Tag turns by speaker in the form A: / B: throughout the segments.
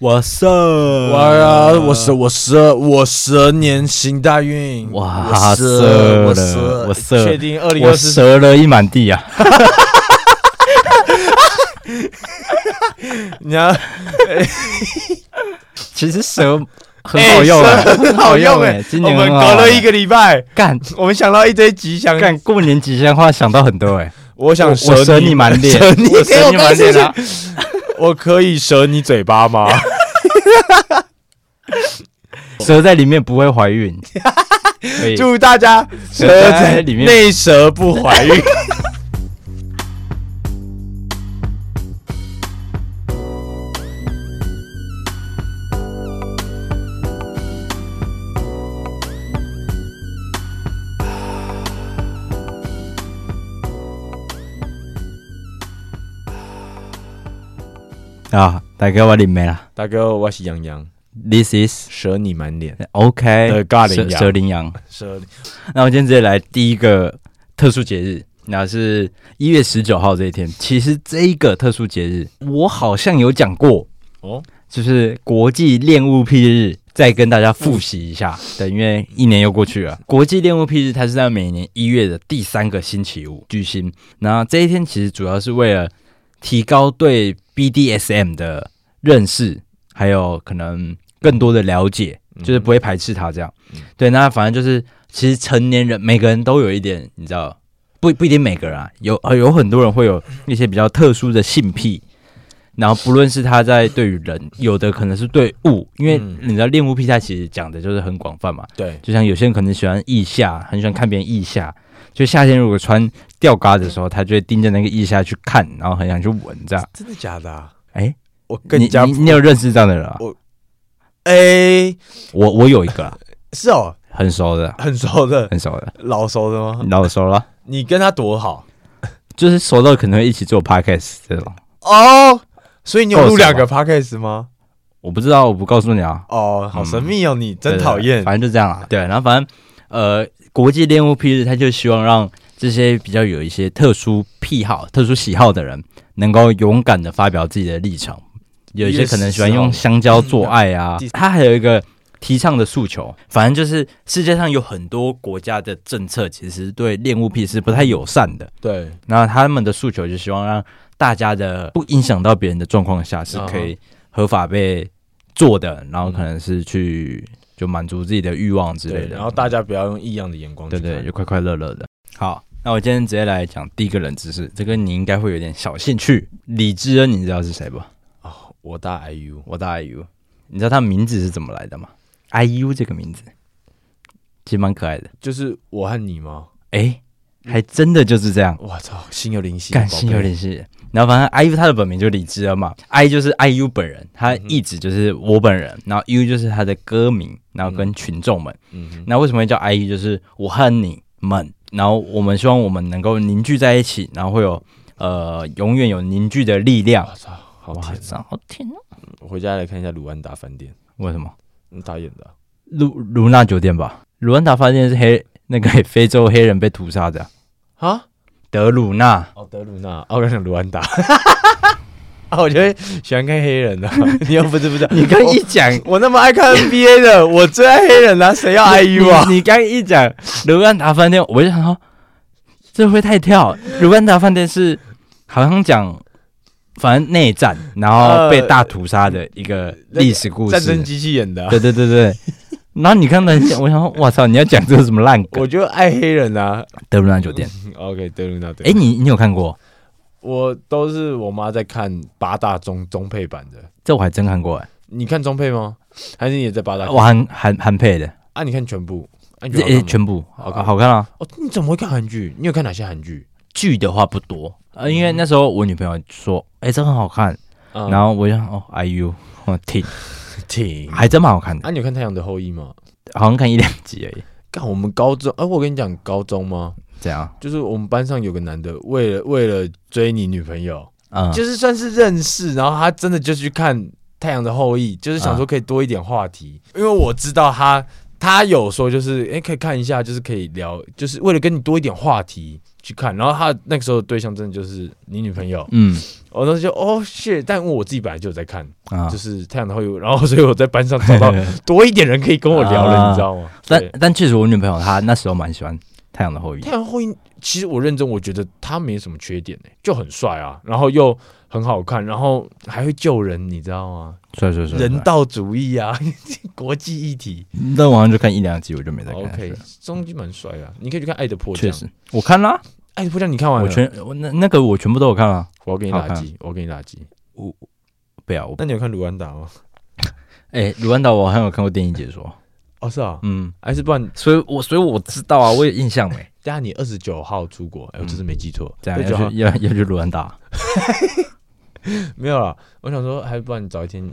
A: 哇塞！
B: 哇呀！我十我十二我蛇年行大运，
A: 哇
B: 我
A: 射
B: 蛇我蛇
A: 了我射
B: 确定二零
A: 我
B: 二四
A: 折了一满地啊！
B: 你要
A: 其实蛇很好用
B: 哎
A: 啊，很好用哎，今年
B: 我们
A: 很好
B: 隔了
A: 玩
B: 一个礼拜，
A: 干
B: 我们想到一堆吉祥，
A: 干过年吉祥话想到很多 哎，
B: 我
A: 我
B: 想
A: 我
B: 蛇
A: 蛇你满脸，
B: 蛇你
A: 我蛇你满脸啊！
B: 我可以蛇你嘴 巴吗？
A: 蛇在里面不会怀 孕，可以
B: 祝大家蛇在
A: 里面
B: 内蛇不怀孕。
A: 啊！ 大哥我领没了
B: 大哥，我是杨洋，
A: ，This is
B: 蛇你满脸，
A: OK
B: 对尬
A: 蛇
B: 羚羊
A: 蛇羚羊。
B: 蛇
A: 那我今天直接来第一个特殊节日，那是一月十九号这一天。其实这一个特殊节日，我好像有讲过，
B: 哦，
A: 就是国际恋物癖日。再跟大家复习一下，对，因为一年又过去了。国际恋物癖日，它是在每年一月的第三个星期五举行。那这一天其实主要是为了提高对 BDSM 的认识，还有可能更多的了解，就是不会排斥它这样。对，那反正就是，其实成年人每个人都有一点，你知道，不不一定每个人啊，有呃有很多人会有一些比较特殊的性癖，然后不论是他在对于人，有的可能是对物，因为
B: 嗯
A: 你知道恋物癖它其实讲的就是很广泛嘛，
B: 对，
A: 就像有些人可能喜欢腋下，很喜欢看别人腋下，就夏天如果穿吊嘎的时候，他就会盯着那个腋下去看，然后很想去闻这 样。
B: 真的假的啊？
A: 哎，
B: 我
A: 你
B: 更加
A: 你你有认识这样的人啊？
B: 我哎，
A: 我我有一个啊，
B: 是哦，
A: 很熟的，
B: 很熟的，
A: 很熟 的，
B: 老熟的吗？
A: 你老熟了。
B: 你跟他多好
A: 就是熟到可能会一起做 podcast 这种，
B: 哦，所以你有
A: 够熟
B: 录两个
A: 了
B: podcast 吗？
A: 我不知道，我不告诉你啊，
B: 哦，好神秘哦，你真
A: 对
B: 讨厌。
A: 反正就这样啊。对，然后反正呃，国际恋物癖日，他就希望让这些比较有一些特殊癖好、特殊喜好的人，能够勇敢的发表自己的立场。有一些可能喜欢用香蕉做爱啊
B: 嗯，
A: 他还有一个提倡的诉求，反正就是世界上有很多国家的政策其实对恋物癖是不太友善的。
B: 对，
A: 那他们的诉求就希望让大家的不影响到别人的状况下是可以合法被做的，然后可能是去就满足自己的欲望之类
B: 对，
A: 的，
B: 然后大家不要用异样的眼光去
A: 对对，
B: 看
A: 就快快乐乐的。好，那我今天直接来讲第一个冷知识，这个你应该会有点小兴趣。李智恩，你知道是谁不？
B: 哦，我大 IU，
A: 我大 IU，你知道他名字是怎么来的吗？IU 这个名字其实蛮可爱的，
B: 就是我和你吗？
A: 哎，还真的就是这样。
B: 我操，心有灵犀，
A: 干
B: 宝贝
A: 心有点细。然后反正 IU 他的本名就李智恩嘛，I 就是 IU 本人，他一直就是我本人，然后 U 就是他的歌名，然后跟群众们。
B: 嗯哼，
A: 那为什么会叫 IU？就是我和你们，然后我们希望我们能够凝聚在一起，然后会有呃永远有凝聚的力量
B: 我。操，好
A: 哇，
B: 甜！
A: 这好甜哦！
B: 我回家来看一下鲁安达饭店，
A: 为什么？
B: 嗯他演的啊
A: 卢卢娜酒店吧，卢安达发现是黑那个非洲黑人被屠杀的
B: 啊？
A: 德鲁纳，
B: 哦，德鲁纳，哦，我刚想卢安达。啊，我觉得喜欢看黑人的、你又不是不是？
A: 你刚一讲
B: 我我那么爱看 NBA 的，我最爱黑人啦、谁要 IU 啊？
A: 哎你你刚一讲卢安达饭店，我就想说，这会不会太跳。卢安达饭店是好像讲，反正内战，然后被大屠杀的一个历史故
B: 战争
A: 事。
B: 机器演的啊、
A: 对对对对。然后你刚才我想说，我操，你要讲这个什么烂梗
B: 我？就爱黑人啊。
A: 德鲁纳酒店。
B: 嗯 OK，德鲁纳，对。
A: 哎，你你有看过？
B: 我都是我妈在看八大中中配版的。
A: 这我还真看过哎，
B: 你看中配吗？还是你也在八大看？
A: 我韩韩韩配的，
B: 啊，你看全部？啊，你
A: 这
B: 觉
A: 哦
B: 得好看
A: 诶
B: 吗
A: 全部
B: 好
A: 好
B: 看
A: 好看啊。
B: 哦，你怎么会看韩剧？你有看哪些韩剧？
A: 剧的话不多，呃，因为那时候我女朋友说，哎，这很好看，
B: 嗯
A: 然后我就想哦，IU，我挺
B: 挺
A: 还真蛮好看的。
B: 啊，你有看《太阳的后裔》吗？
A: 好像看一两集而已。
B: 干，我们高中，哎、我跟你讲，高中吗？
A: 这样，
B: 就是我们班上有个男的，为了为了追你女朋友，
A: 嗯，
B: 就是算是认识，然后他真的就去看《太阳的后裔》，就是想说可以多一点话题，因为我知道他他有说就是，哎、可以看一下，就是可以聊，就是为了跟你多一点话题去看。然后他那个时候的对象真的就是你女朋友，
A: 嗯
B: 我当时就哦 shit，但我自己本来就有在看，
A: 啊
B: 就，是《太阳的后裔》，然后所以我在班上找 到多一点人可以跟我聊了，
A: 啊
B: 你知道吗？
A: 但
B: 对
A: 但确实我女朋友她那时候蛮喜欢《太阳的后裔
B: 《太》，阳后裔》其实我认真，我觉得他没什么缺点、欸、就很帅啊，然后又很好看，然后还会救人，你知道吗？
A: 帅帅帅，
B: 人道主义啊， 国际议题。哦
A: 那我好像就看一两集，我就没再看下去
B: OK，
A: 了。
B: 中间蛮帅的啊，你可以去看《爱的迫降
A: 确》。实，我看啦，
B: 爱的迫降你看完
A: 我
B: 了？
A: 全我那那个我全部都有看啊。
B: 我要给你
A: 好
B: 打
A: 看
B: 击，我要给你打击。
A: 不要，我
B: 那你有看卢安达吗？
A: 哎，卢安岛我好像有看过电影解说，
B: 哦，是啊，
A: 嗯，
B: 还是不然，
A: 所以我所以我知道啊，我有印象没？
B: 等下你二十九号出国，哎，我这是没记错，
A: 嗯这样
B: 29
A: 啊要
B: 号
A: 去要要去卢安达
B: 没有啦。我想说，还不然你早一天，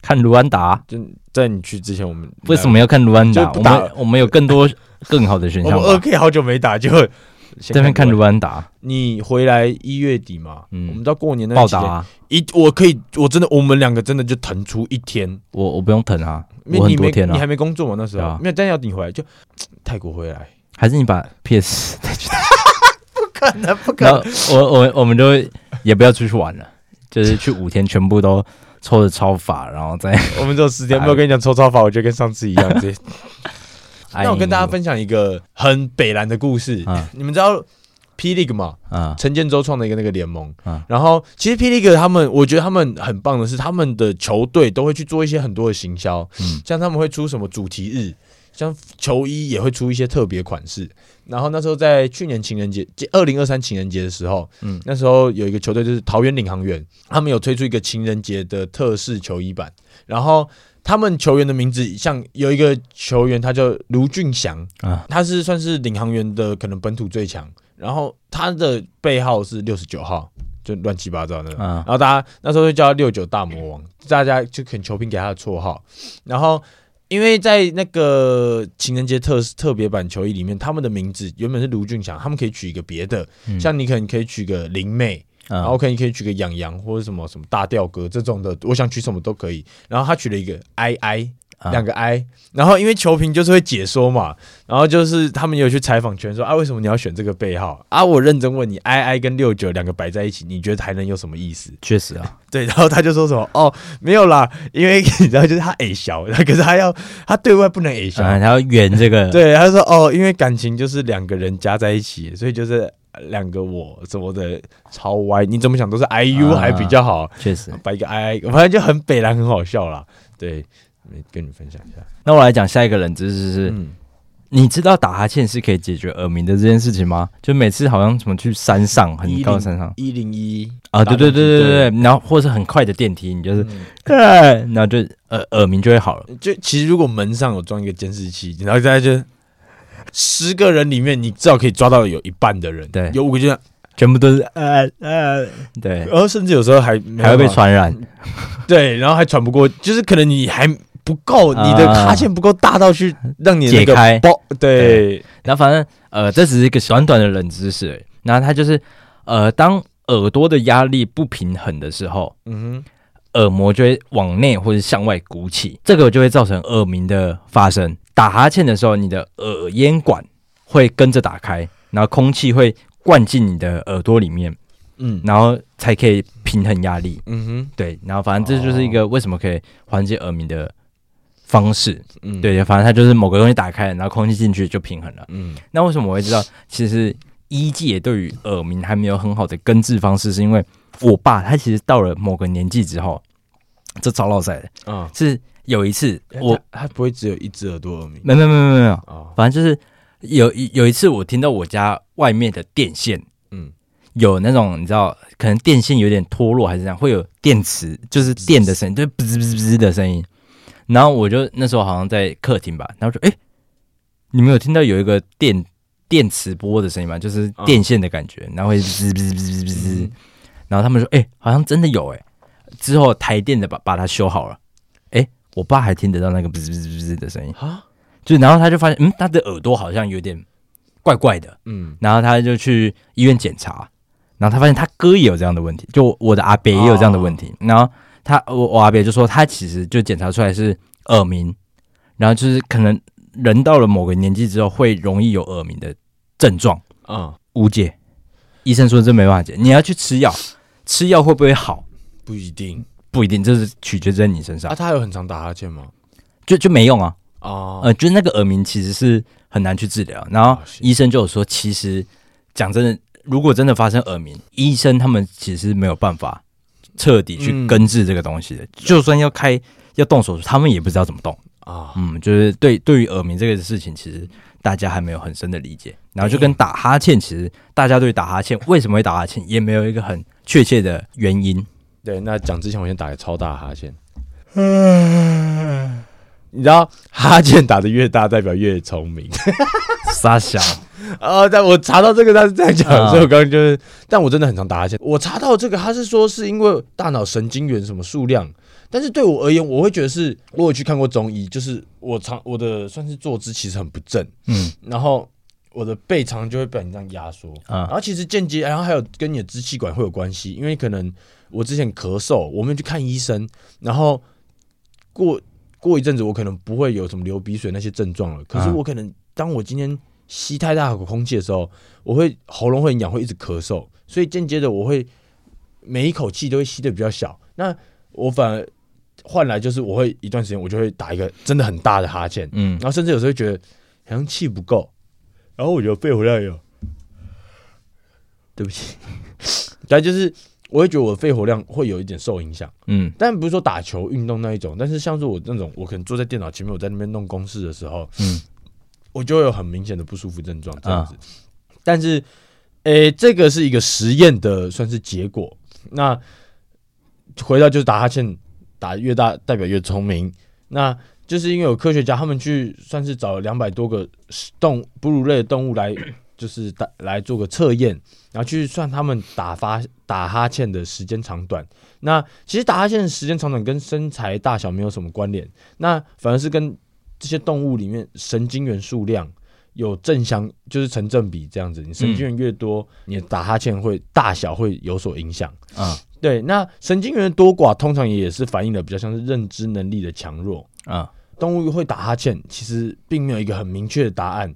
A: 看卢安达，
B: 就在你去之前，我们
A: 为什么要看卢安达？
B: 啊就
A: 我
B: 不打
A: 们我们有更多 更好的选
B: 我
A: 项
B: 们二
A: 吧。
B: K 好久没 打，就先
A: 这边看
B: 卢
A: 卢安达
B: 你回来一月底嘛，
A: 嗯
B: 我们到过年那
A: 报
B: 期间
A: 答啊，
B: 一，我可以，我真的，我们两个真的就腾出一天，
A: 我我不用疼啊，
B: 因为
A: 我很
B: 你
A: 多
B: 没
A: 天
B: 你还
A: 啊，
B: 没工作嘛那时
A: 对
B: 候
A: 啊，
B: 没有，但要你回来就泰国回来，
A: 还是你把 PS 再去打，
B: 可能 不
A: 然后我我我们就也不要出去玩了，就是去五天全部都抽的超法，然后再
B: 我们只有十天，没有跟你讲抽超法，我觉得跟上次一样，直接 那我跟大家分享一个很北蓝的故事
A: 嗯。
B: 你们知道 P League 嘛？
A: 啊
B: 陈建州创的一个那个联盟
A: 嗯。
B: 然后其实 P League 他们，我觉得他们很棒的是，他们的球队都会去做一些很多的行销
A: 嗯，
B: 像他们会出什么主题日。像球衣也会出一些特别款式，然后那时候在去年情人节，二零二三情人节的时候，
A: 嗯
B: 那时候有一个球队就是桃园领航员，他们有推出一个情人节的特式球衣版，然后他们球员的名字像有一个球员他叫卢俊祥，
A: 啊
B: 他是算是领航员的可能本土最强，然后他的背号是六十九号，就乱七八糟的。
A: 啊
B: 然后大家那时候就叫他六九大魔王，大家就很球评给他的绰号。然后因为在那个情人节特特别版球衣里面，他们的名字原本是卢俊祥，他们可以取一个别的，
A: 嗯
B: 像你可能可以取个林妹，
A: 啊
B: 然后可以可以取个养羊或者什么什么大吊哥这种的，我想取什么都可以。然后他取了一个 I I
A: 啊
B: 两个 I，、然后因为球评就是会解说嘛，然后就是他们有去采访圈说啊，为什么你要选这个背号啊？我认真问你，I I 跟六九两个摆在一起，你觉得还能有什么意思？
A: 确实 啊，
B: 对，然后他就说什么哦，没有啦，因为 你知道就是他 A 小，可是他要他对外不能 A 小，
A: 想啊还要圆这个
B: 对，他说哦，因为感情就是两个人加在一起，所以就是两个我什么的超歪，你怎么想都是 I U
A: 啊
B: 还比较好，
A: 确实。
B: 摆一个 I I，反正就很北蓝，很好笑啦。对，没跟你分享一下。
A: 那我来讲下一个冷知识是，
B: 嗯，
A: 你知道打哈欠是可以解决耳鸣的这件事情吗？就每次好像什么去山上很高的山上
B: 一零一
A: 啊，对对对对对，然后或是很快的电梯，你就是、
B: 嗯
A: 对，然后就耳耳鸣就会好了。
B: 就其实如果门上有装一个监视器，然后大家就十个人里面，你至少可以抓到有一半的人，
A: 对
B: 有五个就这样，
A: 全部都是呃呃，对，
B: 然后甚至有时候还没
A: 还会
B: 办
A: 被
B: 法
A: 传染。
B: 对，然后还喘不过，就是可能你还不够，
A: 啊
B: 你的卡线不够大到去让你那个
A: 解开
B: 包，对，
A: 然后反正呃，这只是一个短短的冷知识而已。然后它就是呃，当耳朵的压力不平衡的时候，
B: 嗯哼，
A: 耳膜就会往内或者向外鼓起，这个就会造成耳鸣的发生。打哈欠的时候，你的耳咽管会跟着打开，然后空气会灌进你的耳朵里面，
B: 嗯
A: 然后才可以平衡压力。
B: 嗯
A: 对，然后反正这就是一个为什么可以缓解耳鸣的方式。
B: 哼，嗯，，
A: 对，反正它就是某个东西打开了，然后空气进去就平衡了。
B: 嗯
A: 那为什么我会知道？其实医界对于耳鸣还没有很好的根治方式，是因为我爸他其实到了某个年纪之后，这糟老赛的
B: 啊，
A: 是有一次我
B: 我他不会只有一只耳朵耳鸣
A: 没没没没没有，
B: 哦，
A: 反正就是有一有一次我听到我家外面的电线，
B: 嗯
A: 嗯，有那种你知道，可能电线有点脱落还是怎样，会有电池就是电的声音，就是滋滋滋滋的声音。然后我就那时候好像在客厅吧，然后就哎、诶你们有听到有一个电电磁波的声音吗？就是电线的感觉，然后会滋滋滋滋滋滋。然后他们说，哎、好像真的有哎、诶之后台电的把把它修好了，哎、我爸还听得到那个滋滋滋滋的声音。
B: 啊，
A: 就然后他就发现，嗯，他的耳朵好像有点怪怪的，
B: 嗯，
A: 然后他就去医院检查，然后他发现他哥也有这样的问题，就我的阿伯也有这样的问题，然后他我我阿伯就说他其实就检查出来是耳鸣，然后就是可能人到了某个年纪之后，会容易有耳鸣的症状，
B: 啊、
A: 无解。医生说这没办法解，你要去吃药，吃药会不会好
B: 不一定。
A: 不一定，这是取决在你身上
B: 啊，，他有很常打哈欠吗？
A: 就就没用啊。
B: 哦，
A: 呃，就是那个耳鸣其实是很难去治疗。然后
B: 啊是
A: 医生就有说，其实讲真的，如果真的发生耳鸣，医生他们其实没有办法彻底去
B: 嗯
A: 根治这个东西的，就算要开要动手术，他们也不知道怎么动。
B: 啊，
A: 嗯，就是对对于耳鸣这个事情，其实大家还没有很深的理解。然后就跟打哈欠，其实大家对打哈欠为什么会打哈欠，也没有一个很确切的原因。
B: 对，那讲之前我先打个超大哈欠。你知道哈欠打的越大，代表越聪明。
A: 傻小，
B: 啊！但我查到这个他是这样讲的，
A: 啊
B: 所以我刚刚就是，但我真的很常打哈欠。我查到这个，他是说是因为大脑神经元什么数量，但是对我而言，我会觉得是，我有去看过中医，就是我常我的算是坐姿其实很不正，
A: 嗯
B: 然后我的背常常就会被你这样压缩，然
A: 啊
B: 后其实间接，然后还有跟你的支气管会有关系，因为可能我之前咳嗽，我没有去看医生，然后过过一阵子我可能不会有什么流鼻水那些症状了，可是
A: 啊
B: 我可能当我今天吸太大口空气的时候，我会喉咙会很痒，会一直咳嗽，所以间接的我会每一口气都会吸的比较小，那我反而换来就是我会一段时间我就会打一个真的很大的哈欠，
A: 嗯
B: 然，后甚至有时候会觉得好像气不够，然后我觉得背回来有，对不起，但就是我会觉得我的肺活量会有一点受影响，
A: 嗯
B: 但不是说打球、运动那一种，但是像是我那种，我可能坐在电脑前面，我在那边弄公式的时候，
A: 嗯啊
B: 我就会有很明显的不舒服症状这样子。但是，诶、这个是一个实验的算是结果。那回到就是打哈欠打得越大，代表越聪明。那就是因为有科学家他们去算是找了两百多个动哺乳类的动物来， 就是打来做个测验，然后去算他们打发打哈欠的时间长短。那其实打哈欠的时间长短跟身材大小没有什么关联，那反而是跟这些动物里面神经元数量有正相，就是成正比这样子。你神经元越多，你的打哈欠会大小会有所影响。
A: 啊
B: 对，那神经元的多寡通常也是反映了比较像是认知能力的强弱。
A: 啊，
B: 动物会打哈欠，其实并没有一个很明确的答案，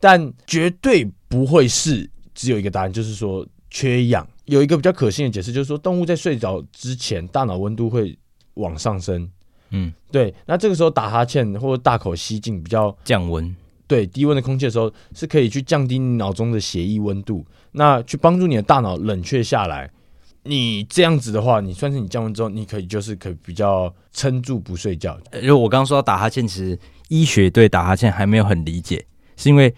B: 但绝对不会是只有一个答案，就是说缺氧。有一个比较可信的解释，就是说动物在睡着之前，大脑温度会往上升。
A: 嗯，
B: 对，那这个时候打哈欠或者大口吸进比较
A: 降温，
B: 对低温的空气的时候，是可以去降低你脑中的血液温度，那去帮助你的大脑冷却下来。你这样子的话，你算是你降温之后，你可以就是可以比较撑住不睡觉。
A: 呃因为我刚刚说到打哈欠，其实医学对打哈欠还没有很理解，是因为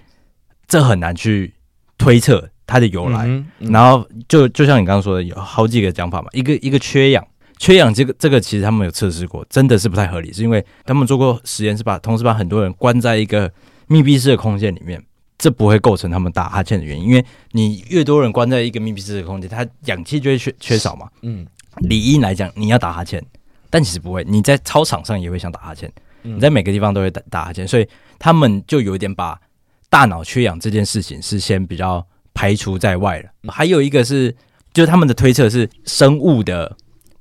A: 这很难去推测它的由来。
B: 嗯哼，
A: 然后就就像你刚刚说的，有好几个讲法嘛，一个一个缺氧，缺氧这个这个其实他们有测试过，真的是不太合理，是因为他们做过实验，是把同时把很多人关在一个密闭式的空间里面。这不会构成他们打哈欠的原因，因为你越多人关在一个密闭式的空间，它氧气就会缺缺少嘛。
B: 嗯
A: 理应来讲，你要打哈欠，但其实不会。你在操场上也会想打哈欠，
B: 嗯
A: 你在每个地方都会打打哈欠，所以他们就有点把大脑缺氧这件事情是先比较排除在外了。还有一个是，就是他们的推测是生物的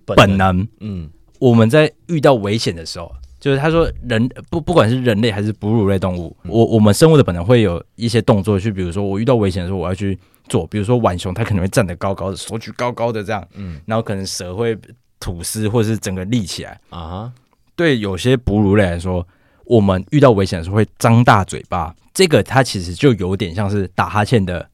A: 本能，
B: 嗯
A: 我们在遇到危险的时候。就是他说人不不管是人类还是哺乳类动物，我我们生物的本能会有一些动作去，比如说我遇到危险的时候我要去做，比如说浣熊它可能会站得高高的，手举高高的这样，
B: 嗯
A: 然后可能蛇会吐丝，或者是整个立起来。
B: 啊哈
A: 对有些哺乳类来说，我们遇到危险的时候会张大嘴巴，这个它其实就有点像是打哈欠的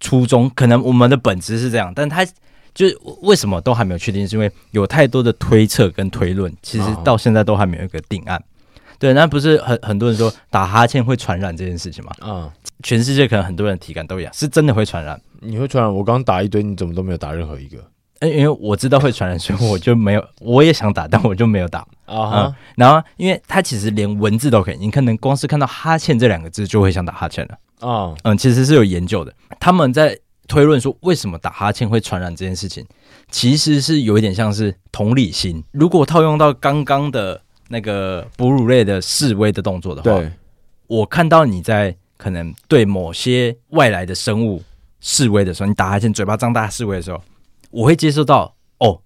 A: 初衷。可能我们的本质是这样，但它就是为什么都还没有确定，是因为有太多的推测跟推论，其实
B: 哦
A: 到现在都还没有一个定案。对，那不是很很多人说打哈欠会传染这件事情吗？
B: 啊！
A: 全世界可能很多人体感都一样，是真的会传染。
B: 你会传染？我刚打一堆，你怎么都没有打任何一个
A: 呃因因为我知道会传染，所以我就没有，我也想打，但我就没有打。
B: 啊
A: 啊、然后因为它其实连文字都可以，你可能光是看到“哈欠”这两个字就会想打哈欠了。
B: 啊！
A: 嗯，其实是有研究的，他们在推论说为什么打哈欠会传染这件事情，其实是有一点像是同理心。如果套用到刚刚的那个哺乳类的示威的动作的话，
B: 对，
A: 我看到你在可能对某些外来的生物示威的时候，你打哈欠，嘴巴张大示威的时候，我会接受到哦，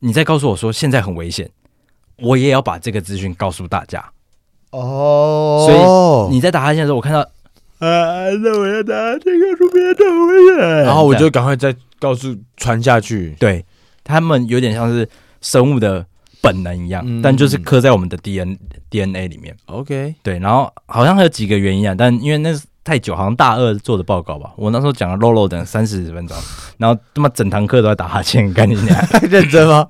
A: 你在告诉我说现在很危险，我也要把这个资讯告诉大家。
B: 哦，
A: 所你在打哈欠的时候，我看到，
B: 啊，那我要拿这个路边的危险，然后我就赶快再告诉传下去。
A: 对他们有点像是生物的本能一样，
B: 嗯
A: 但就是刻在我们的 D N D N A 里面。
B: OK，
A: 对，然后好像还有几个原因啊，但因为那是太久，好像大二做的报告吧，我那时候讲了漏漏等三四十分钟，然后他妈整堂课都在打哈欠，赶紧讲。
B: 认真吗？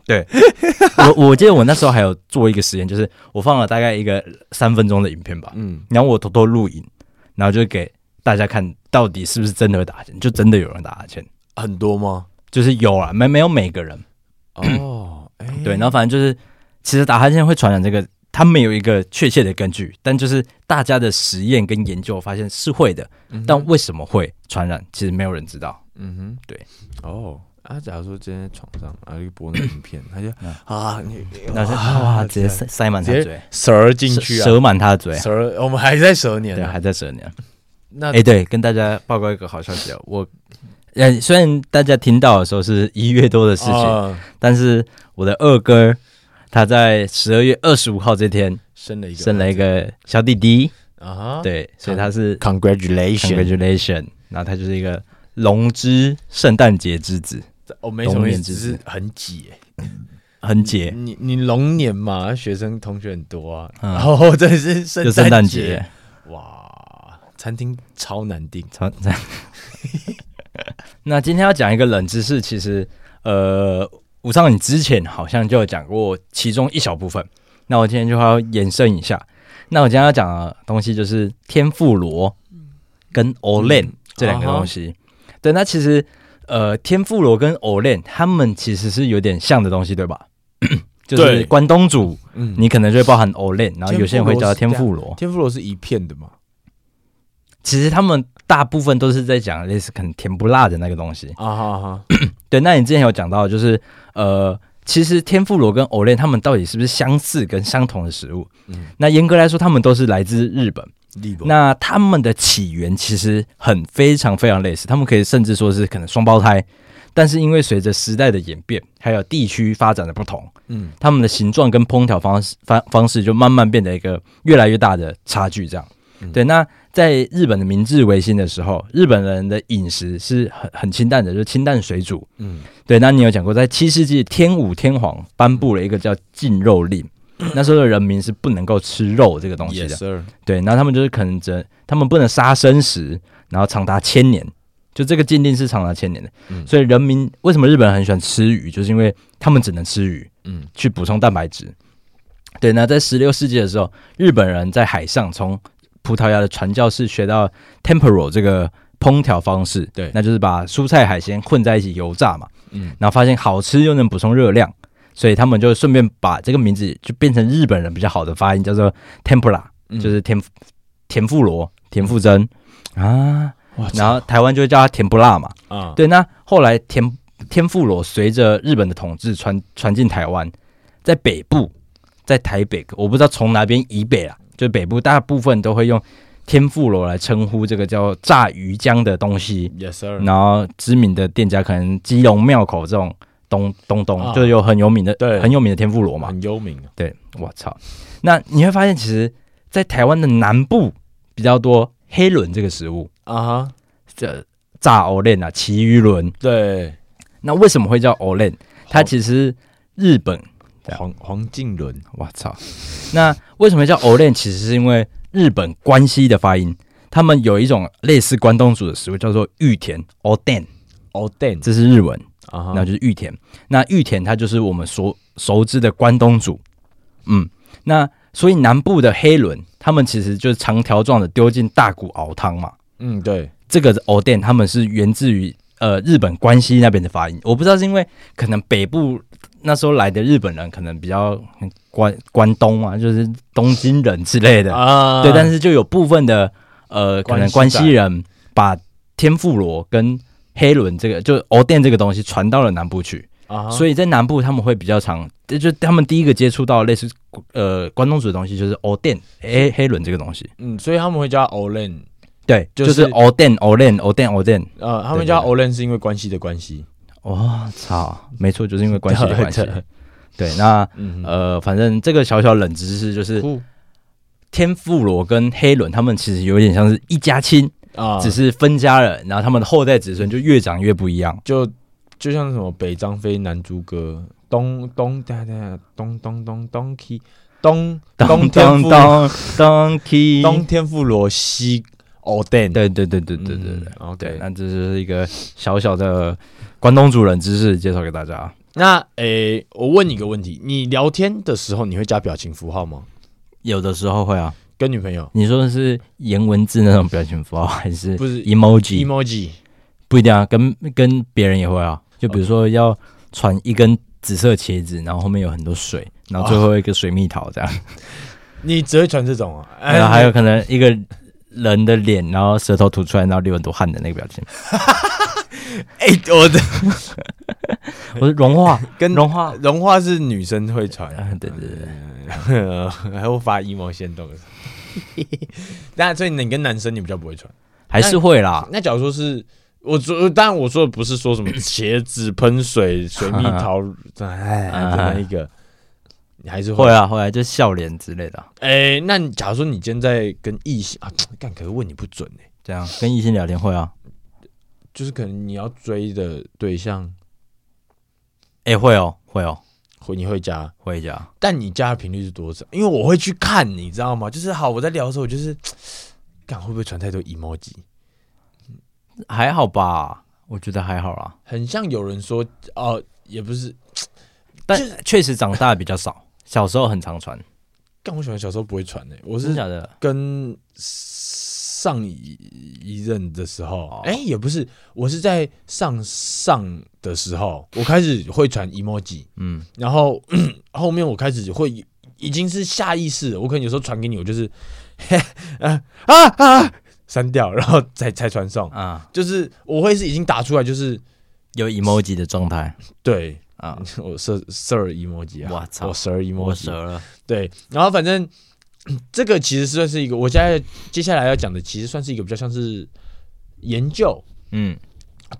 A: 我我记得我那时候还有做一个实验，就是我放了大概一个三分钟的影片吧，
B: 嗯，
A: 然后我偷偷录影，然后就给大家看到底是不是真的会打哈欠，就真的有人打哈欠，
B: 很多吗？
A: 就是有啊，没没有每个人，
B: 哦，哎
A: 对，然后反正就是其实打哈欠会传染这个，他们有一个确切的根据，但就是大家的实验跟研究发现是会的，
B: 嗯哼
A: 但为什么会传染，其实没有人知道。
B: 嗯哼，
A: 对，
B: 哦。啊，假如说今天在床上，然后就播那个影片，他 就
A: 嗯
B: 啊，你你
A: 然后就哇，直接塞塞满他
B: 啊直接
A: 嘴，
B: 蛇进去啊，
A: 折满他的嘴，
B: 蛇，我们还在蛇年
A: 对，
B: 啊。
A: 还在折呢。
B: 那
A: 哎、对，跟大家报告一个好消息哦，我，呃，虽然大家听到的时候是一月多的事情，
B: 啊
A: 但是我的二哥他在十二月二十五号这天
B: 生了一个，
A: 生了一个小弟弟，
B: 啊哈，
A: 对，所以他是
B: ，congratulation，
A: congratulation，然后他就是一个龙之圣诞节之子，
B: 我哦没什么意思，只
A: 冬
B: 是
A: 眠
B: 很挤欸。
A: 很解，
B: 你你龙年嘛，学生同学很多啊，
A: 嗯
B: 然后真的是
A: 就
B: 圣
A: 圣诞
B: 节
A: 节，，
B: 哇，餐厅超难订，
A: 超赞。 那今天要讲一个冷知识，其实呃，武昌你之前好像就有讲过其中一小部分，那我今天就要延伸一下。那我今天要讲的东西就是天妇罗跟
B: 嗯
A: Olen 这两个东
B: 啊
A: 西。对，那其实呃，天妇罗跟 Olen 他们其实是有点像的东西，对吧？ 就是
B: 对
A: 关东煮，
B: 嗯，
A: 你可能就会包含 Olen，然后有些人会叫它
B: 天
A: 天
B: 妇
A: 妇罗。
B: 天妇罗是一片的嘛？
A: 其实他们大部分都是在讲类似可能甜不辣的那个东西。
B: 啊 哈哈，
A: 对，那你之前有讲到，就是呃，其实天妇罗跟藕类他们到底是不是相似跟相同的食物？
B: 嗯
A: 那严格来说，他们都是来自日本。
B: 利博
A: 那他们的起源其实很非常非常类似，他们可以甚至说是可能双胞胎，但是因为随着时代的演变，还有地区发展的不同，
B: 嗯
A: 他们的形状跟烹调方式方方式就慢慢变得一个越来越大的差距。这样，
B: 嗯
A: 对。那在日本的明治维新的时候，日本人的饮食是很很清淡的，就是清淡水煮。
B: 嗯
A: 对，那你有讲过，在七世纪天武天皇颁布了一个叫禁肉令，那时候的人民是不能够吃肉这个东西的。
B: ，Yes sir，
A: 对，然后他们就是可能只能他们不能杀生食，然后长达千年，就这个禁令是长达千年的。
B: 嗯
A: 所以人民为什么日本人很喜欢吃鱼，就是因为他们只能吃鱼
B: 嗯
A: 去补充蛋白质。对，那在十六世纪的时候，日本人在海上从葡萄牙的传教士学到 tempero 这个烹调方式，
B: 对
A: 那就是把蔬菜海鲜混在一起油炸嘛。
B: 嗯
A: 然后发现好吃又能补充热量，所以他们就顺便把这个名字就变成日本人比较好的发音，叫做 tempura，、
B: 嗯
A: 就是田田馥罗、田馥甄
B: 嗯
A: 啊。
B: 哇
A: 然后台湾就会叫它甜不辣嘛。
B: 啊，
A: 对，那后来田天妇罗随着日本的统治传传进台湾，在北部，在台北，我不知道从哪边以北啦，就北部大部分都会用天妇罗来称呼这个叫炸鱼浆的东西。
B: ，Yes sir，
A: 然后知名的店家可能基隆庙口这种东东东，
B: 啊
A: 就是有很有名的，
B: 对
A: 很有名的天妇罗嘛。
B: 很幽冥啊，
A: 对，我操！那你会发现，其实，在台湾的南部比较多黑轮这个食物，
B: 啊哈，
A: 这炸藕链啊，旗鱼轮。
B: 对，
A: 那为什么会叫藕链？它其实日本，啊
B: 黄黄靖伦，
A: 我操！那为什么会叫藕链？其实是因为日本关西的发音，他们有一种类似关东煮的食物叫做玉田 o d e n
B: 哦 Dan
A: 这是日文。
B: 啊哈
A: 那，就是玉田。那玉田它就是我们所熟知的关东煮，嗯，那所以南部的黑轮，他们其实就是长条状的丢进大骨熬汤嘛。
B: 嗯对，
A: 这个藕店他们是源自于呃日本关西那边的发音，我不知道是因为可能北部那时候来的日本人可能比较嗯关关东啊，就是东京人之类的，
B: 啊
A: 对，但是就有部分的呃，可
B: 关
A: 能
B: 系
A: 关
B: 在
A: 西人把天妇罗跟黑轮这个，就是欧店这个东西传到了南部去，
B: 啊
A: 所
B: 以
A: 以在南部他们会比较常，这就他们第一个接触到类似呃关东煮的东西，就是欧店黑黑轮这个东西，
B: 嗯，所以他们会叫 Olen，
A: 对，就
B: 就是
A: 是欧店欧店欧店欧店，
B: 呃，他
A: 对对
B: 们叫
A: 对
B: Olen 是因为关系的关系，
A: 我哦操，没错，就是因为关系的关系
B: 对，
A: 对，那
B: 嗯哼
A: 呃，反正这个小小冷知识就是
B: 酷
A: 天妇罗跟黑轮他们其实有点像是一家亲，
B: 啊，
A: 只是分家了，然后他们的后代子孙就越长越不一样。
B: 就就像什么北张飞、南诸葛、东东哒哒东东东东 key 东
A: 咚咚
B: 天妇
A: 咚咚 key，
B: 东天妇罗西欧蛋，
A: 对对对对对对对
B: 嗯。，OK
A: 对，那这就是一个小小的关东煮冷知识，介绍给大家。
B: 那诶、我问你一个问题：你聊天的时候你会加表情符号吗？
A: 有的时候会啊，
B: 跟女朋友
A: 你说的是颜文字那种表情符号，还是
B: 不是
A: emoji？
B: emoji
A: 不一定啊，跟跟别人也会啊。就比如
B: 哦
A: 说要传一根紫色茄子，然后后面有很多水，然后最后一个水蜜桃这样，
B: 你只会传这种啊？哎
A: 然后还有可能一个人的脸，然后舌头吐出来，然后流很多汗的那个表 情，
B: 哎、我的
A: 我说融化，
B: 跟
A: 融 化。
B: 融化是女生会传，
A: 啊，对对对，
B: 呃还会发 emo 先动的。那所以你跟男生你比较不会传。
A: 还是会啦。
B: 那假如说是我说，当然我说的不是说什么茄子喷水、水蜜桃，哎，这样一个，你还是
A: 会
B: 会。
A: 啊，会啊，就笑脸之类的啊，
B: 哎，那你假如说你今天在跟异性啊，干可是问你不准哎，
A: 这样跟异性聊天会啊，
B: 就是可能你要追的对象
A: 哎、会哦，会哦，
B: 回你会加，
A: 会加。
B: 但你加的频率是多少？因为我会去看，你知道吗？就是好，我在聊的时候，我就是干会不会传太多 emoji？
A: 还好吧，我觉得还好啦。
B: 很像有人说哦、也不是，
A: 但确实长大比较少，小时候很常传。
B: 但我喜欢小时候不会传诶、我
A: 真的
B: 是
A: 假的？
B: 跟上一一任的时候
A: 哦，
B: 哎、也不是，我是在上上的时候，我开始会传 emoji，
A: 嗯，
B: 然后 后面我开始会已经是下意识了，我可能有时候传给你，我就是 嘿啊啊啊删掉，然后才才传送，
A: 啊，
B: 就是我会是已经打出来，就是
A: 有 emoji 的状态
B: 对
A: 啊，
B: 我设设 emoji 啊，
A: 我操
B: 我设 emoji，
A: 我折了。
B: 对，然后反正 这个其实算是一个，我现在接下来要讲的，其实算是一个比较像是研究。
A: 嗯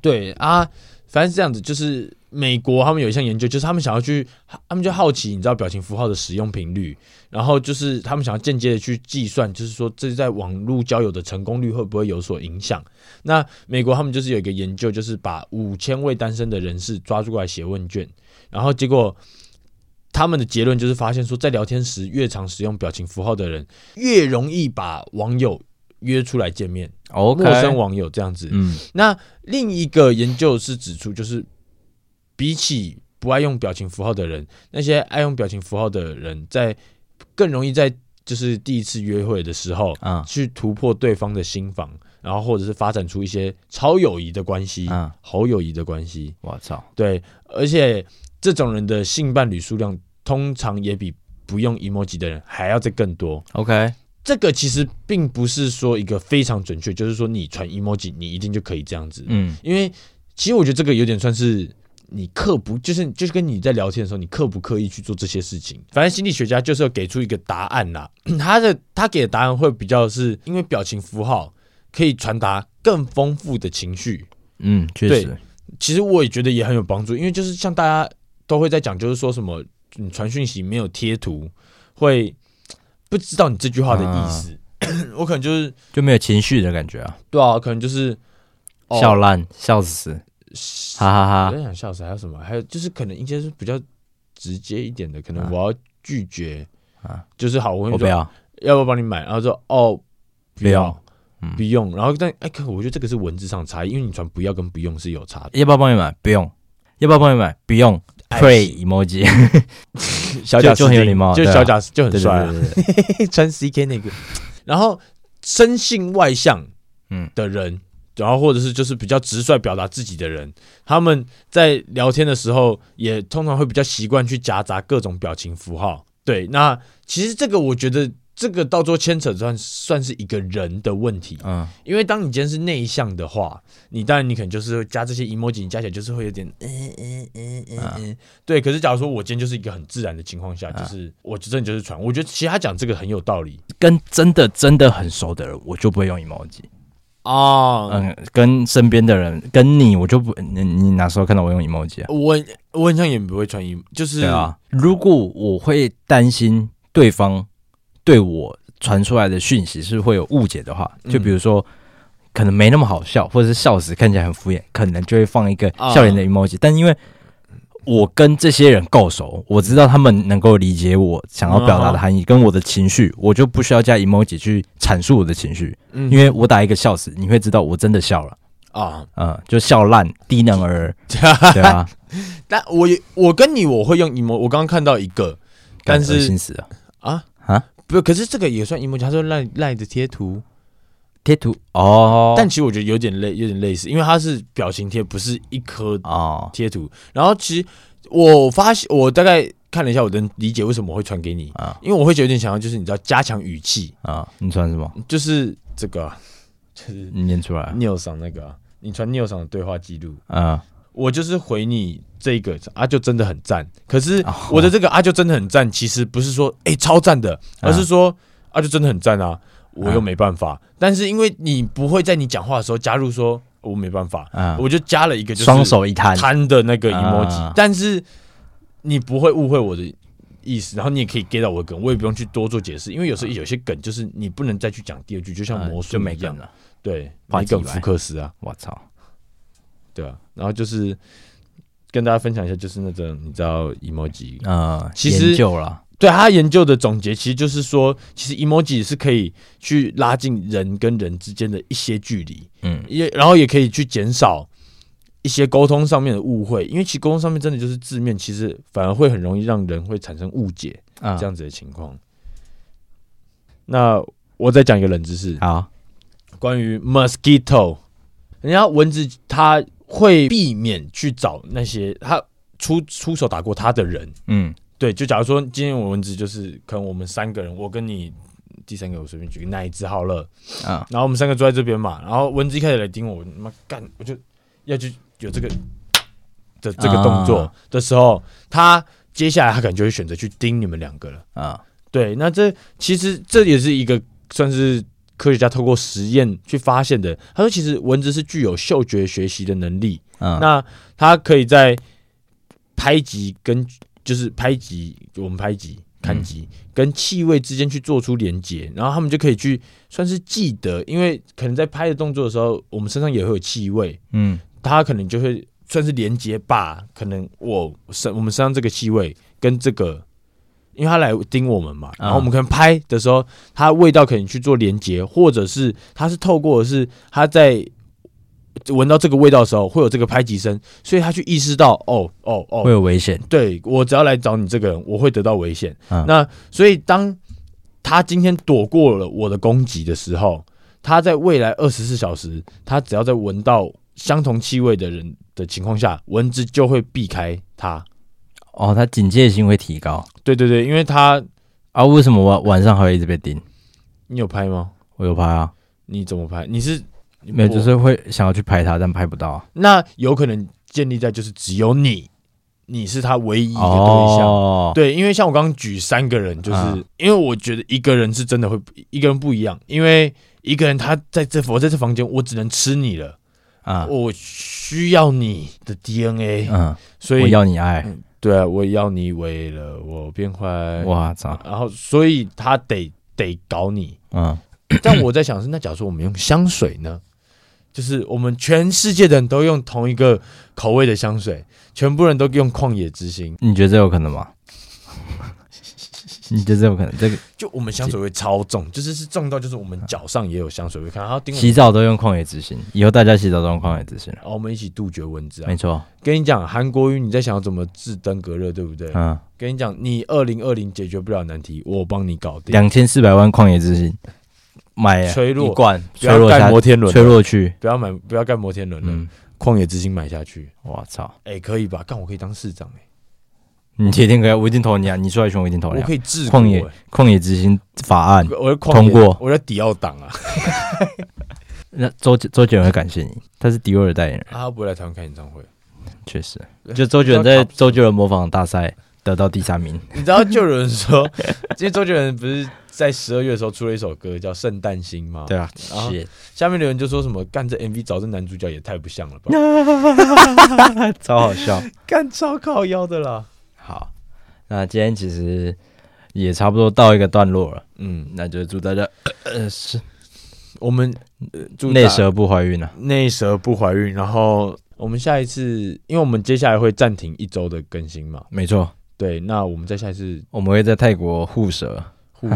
B: 对啊，反正是这样子，就是美国他们有一项研究，就是他们想要去，他们就好奇，你知道表情符号的使用频率，然后就是他们想要间接的去计算，就是说这在网络交友的成功率会不会有所影响。那美国他们就是有一个研究，就是把五千位单身的人士抓住过来写问卷，然后结果。他们的结论就是发现说，在聊天时越常使用表情符号的人，越容易把网友约出来见面，
A: 嗯，OK，
B: 陌生网友这样子。
A: 嗯
B: 那另一个研究是指出，就是比起不爱用表情符号的人，那些爱用表情符号的人，在更容易在就是第一次约会的时候，
A: 啊
B: 去突破对方的心防，然后或者是发展出一些超友谊的关系、
A: 啊，
B: 好友谊的关系。
A: 我操，
B: 对，而且这种人的性伴侣数量通常也比不用 emoji 的人还要再更多。
A: ，OK，
B: 这个其实并不是说一个非常准确，就是说你传 emoji 你一定就可以这样子。
A: 嗯
B: 因为其实我觉得这个有点算是你刻不，就是就是跟你在聊天的时候，你刻不刻意去做这些事情。反正心理学家就是要给出一个答案啦， 他的他给的答案会比较是因为表情符号可以传达更丰富的情绪。
A: 嗯，确
B: 对
A: 实，
B: 其实我也觉得也很有帮助，因为就是像大家都会在讲，就是说什么你传讯息没有贴图，会不知道你这句话的意思。 我可能就是
A: 就没有情绪的感觉啊，
B: 对啊，可能就是、哦
A: 笑烂，笑死，哈哈
B: 我
A: 哈，
B: 在想笑死，还有什么？还有就是可能一些是比较直接一点的，可
A: 啊
B: 能我要拒绝，
A: 啊
B: 就是好，我跟
A: 我不
B: 你说，
A: 要，
B: 要不要帮你买？然后说哦，
A: 不
B: 不
A: 要
B: 要
A: 嗯，
B: 不用。然后但哎，可我觉得这个是文字上的差异，因为你传不要跟不用是有差的。
A: 要不要帮你买？不用，要不要帮你买？不用
B: 爱
A: ，pray emoji，
B: 哎 小贾
A: 就
B: 斯
A: 很有
B: 汀
A: 礼貌
B: 就
A: 对啊
B: 小贾斯就
A: 对
B: 很
A: 对
B: 帅啊，
A: 对对对，
B: 穿 CK 那个。然后生性外向，
A: 嗯
B: 嗯的人，然后或者是就是比较直率表达自己的人，他们在聊天的时候也通常会比较习惯去夹杂各种表情符号。对，那其实这个我觉得这个到最后牵扯算算是一个人的问题，
A: 嗯，
B: 因为当你今天是内向的话，你当然你可能就是会加这些 emoji，你加起来就是会有点嗯嗯嗯嗯嗯，对。可是假如说我今天就是一个很自然的情况下，就是我真的就是传，我觉得其实他讲这个很有道理
A: 跟真的真的很熟的人，我就不会用 emoji。
B: 哦
A: 嗯，跟身边的人，跟你，我就不，你你哪时候看到我用 emoji 啊？
B: 我我很像也不会穿衣，就是
A: 对啊，如果我会担心对方对我传出来的讯息是会有误解的话，
B: 嗯
A: 就比如说。可能没那么好笑，或者是笑死看起来很敷衍，可能就会放一个
B: 啊
A: 笑脸的 emoji、但因为我跟这些人够熟，我知道他们能够理解我想要表达
B: 啊
A: 的含义，跟我的情绪，我就不需要加 emoji 去阐述我的情绪，
B: 嗯
A: 因为我打一个笑死，你会知道我真的笑了，
B: 啊，
A: 嗯，就笑烂，低能儿， 对啊，
B: 但我也我跟你我会用 emo，我刚刚看到一个，但
A: 干恶
B: 是
A: 心死了
B: 啊
A: 啊，
B: 不，可是这个也算 emo，它是赖赖的贴图，
A: 贴图哦，
B: 但其实我觉得有点类有点类似，因为它是表情贴，不是一颗
A: 哦，
B: 贴图。然后其实我发现，我大概看了一下，我能理解为什么我会传给你
A: 啊
B: 因为我会觉得有点想要，就是你知道加强语气，
A: 啊，你传什么？
B: 嗯就是这个啊，就是
A: 你念出来
B: Neil 上那个啊，你传 Neil 上的对话记录，
A: 啊？
B: 我就是回你这个啊，就真的很赞。可是
A: 哦
B: 我的这个啊，就真的很赞，其实不是说哎、超赞的，而是说啊，就真的很赞啊，我又
A: 嗯
B: 没办法。但是因为你不会在你讲话的时候加入说哦我没办法，
A: 嗯
B: 我就加了一个就是
A: 双手一摊，
B: 摊的那个 emoji，、
A: 啊
B: 但是你不会误会我的意思，然后你也可以 get 到我的梗，我也不用去多做解释，因为有时候有些梗就是你不能再去讲第二句，就像
A: 嗯
B: 魔术
A: 啊就没
B: 一样，
A: 梗了。
B: 对，
A: 话
B: 没
A: 题
B: 梗
A: 来
B: 福克斯啊，
A: 我操，
B: 对啊，然后就是跟大家分享一下，就是那种你知道 emoji，
A: 嗯，
B: 其实
A: 研究了，
B: 对他研究的总结，其实就是说，其实 emoji 是可以去拉近人跟人之间的一些距离，
A: 嗯
B: 也然后也可以去减少一些沟通上面的误会，因为其实沟通上面真的就是字面，其实反而会很容易让人会产生误解
A: 啊
B: 这，样子的情况。那我再讲一个冷知识，
A: 好，
B: 关于 mosquito，人家蚊子它会避免去找那些它出出手打过它的人。
A: 嗯
B: 对，就假如说今天我蚊子就是可能我们三个人，我跟你第三个我随便举个那一只好了，
A: 啊，
B: 然后我们三个坐在这边嘛，然后蚊子一开始来叮我，我他妈干，我就要去有这个的这个动作
A: 啊
B: 的时候，它接下来它可能就会选择去叮你们两个了。
A: 啊，
B: 对，那这其实这也是一个算是科学家透过实验去发现的。他说，其实蚊子是具有嗅觉学习的能力，
A: 嗯，
B: 那它可以在拍击跟就是拍击我们拍击看击、跟气味之间去做出连接，然后他们就可以去算是记得，因为可能在拍的动作的时候，我们身上也会有气味，
A: 嗯
B: 它可能就会算是连接吧，可能我身我们身上这个气味跟这个，因为它来叮我们嘛，然后我们可能拍的时候，它味道可能去做连接，或者是它是透过的是它在闻到这个味道的时候会有这个拍击声，所以它去意识到哦哦
A: 会
B: 哦，
A: 有危险，
B: 对我只要来找你这个人，我会得到危险。
A: 嗯
B: 那所以当他今天躲过了我的攻击的时候，他在未来二十四小时，他只要在闻到相同气味的人的情况下，蚊子就会避开他。
A: 哦，他警戒心会提高
B: 对对对，因为他
A: 啊。为什么我晚上还会一直被叮？
B: 你有拍吗？
A: 我有拍啊，
B: 你怎么拍？你是
A: 没有，就
B: 我
A: 是会想要去拍他，但拍不到啊。
B: 那有可能建立在就是只有你，你是他唯一一个对象。
A: 哦，
B: 对，因为像我刚刚举三个人，就是、
A: 嗯
B: 因为我觉得一个人是真的会一个人不一样，因为一个人他在这我在这房间，我只能吃你了，
A: 啊，
B: 我需要你的 DNA，、
A: 嗯，
B: 所
A: 我
B: 以
A: 要你爱，
B: 对啊，我也要你为了我变坏，
A: 哇操，
B: 然后所以他得得搞你。
A: 嗯
B: 但我在想是，那假如说我们用香水呢？就是我们全世界的人都用同一个口味的香水，全部人都用旷野之心，
A: 你觉得这有可能吗？ 你觉得这有可能？这个
B: 就我们香水味超重，就是是重到就是我们脚上也有香水味，看他盯我们
A: 洗澡都用旷野之心，以后大家洗澡都用旷野之心了。
B: 然后我们一起杜绝蚊子啊
A: 没！错，
B: 跟你讲，韩国瑜你在想要怎么治登革热，对不对？
A: 嗯，
B: 跟你讲，你二零二零解决不了难题，我帮你搞定。
A: 两千四百万旷野之心买了
B: 吹落
A: 一罐，
B: 不
A: 吹
B: 要
A: 落
B: 盖
A: 下
B: 摩天轮啊
A: 吹
B: 了，
A: 落去，
B: 不要买，不要盖摩天轮了
A: 嗯，，
B: 旷野之心买下去，
A: 我操，
B: 哎，可以吧？干，我可以当市长哎，
A: 你铁定可以，我一定投你啊！你出来选，我一定投你
B: 我
A: 啊
B: 可！以治国
A: 旷野
B: 哎
A: 旷野之心法案，
B: 我在旷
A: 通
B: 野
A: 过
B: 我在迪奥党啊，
A: 那周周杰伦会感谢你，他是迪奥的代言人，
B: 啊他不会来台湾开演唱会。
A: 确实，就周杰伦在周杰伦模仿大赛得到第三名，
B: 你知道就有人说， 因为周杰伦不是在十二月的时候出了一首歌叫《圣诞星》吗？
A: 对啊，
B: 然后
A: 谢，
B: 下面的人就说什么干这 MV 找这男主角也太不像了吧，
A: 超好笑。
B: 干超靠腰的啦。
A: 好，那今天其实也差不多到一个段落了，
B: 嗯，
A: 那就祝大家呃是
B: 我们呃祝
A: 内
B: 大
A: 蛇不怀孕啊，
B: 内蛇不怀孕，然后我们下一次，因为我们接下来会暂停一周的更新嘛，
A: 没错，
B: 对，那我们再下一次
A: 我们会在泰国护蛇，
B: 护士，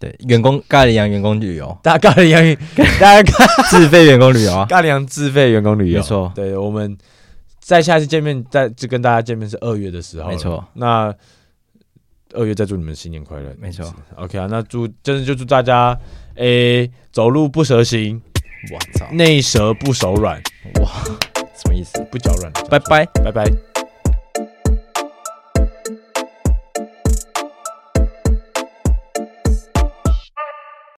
A: 对，员工咖喱羊员工旅游
B: 大家尬凉，大家尬
A: 自费员工旅游啊，
B: 尬凉自费员工旅游，
A: 没错
B: 对，我们再下一次见面，再就跟大家见面是二月的时候，
A: 没，错，
B: 那二月再祝你们新年快乐，
A: 没错。
B: ，OK 啊，那祝真的就祝大家，诶、走路不蛇行，
A: 我操，
B: 内蛇不手软，
A: 什么意思？
B: 不脚软，
A: 拜拜。
B: 拜拜。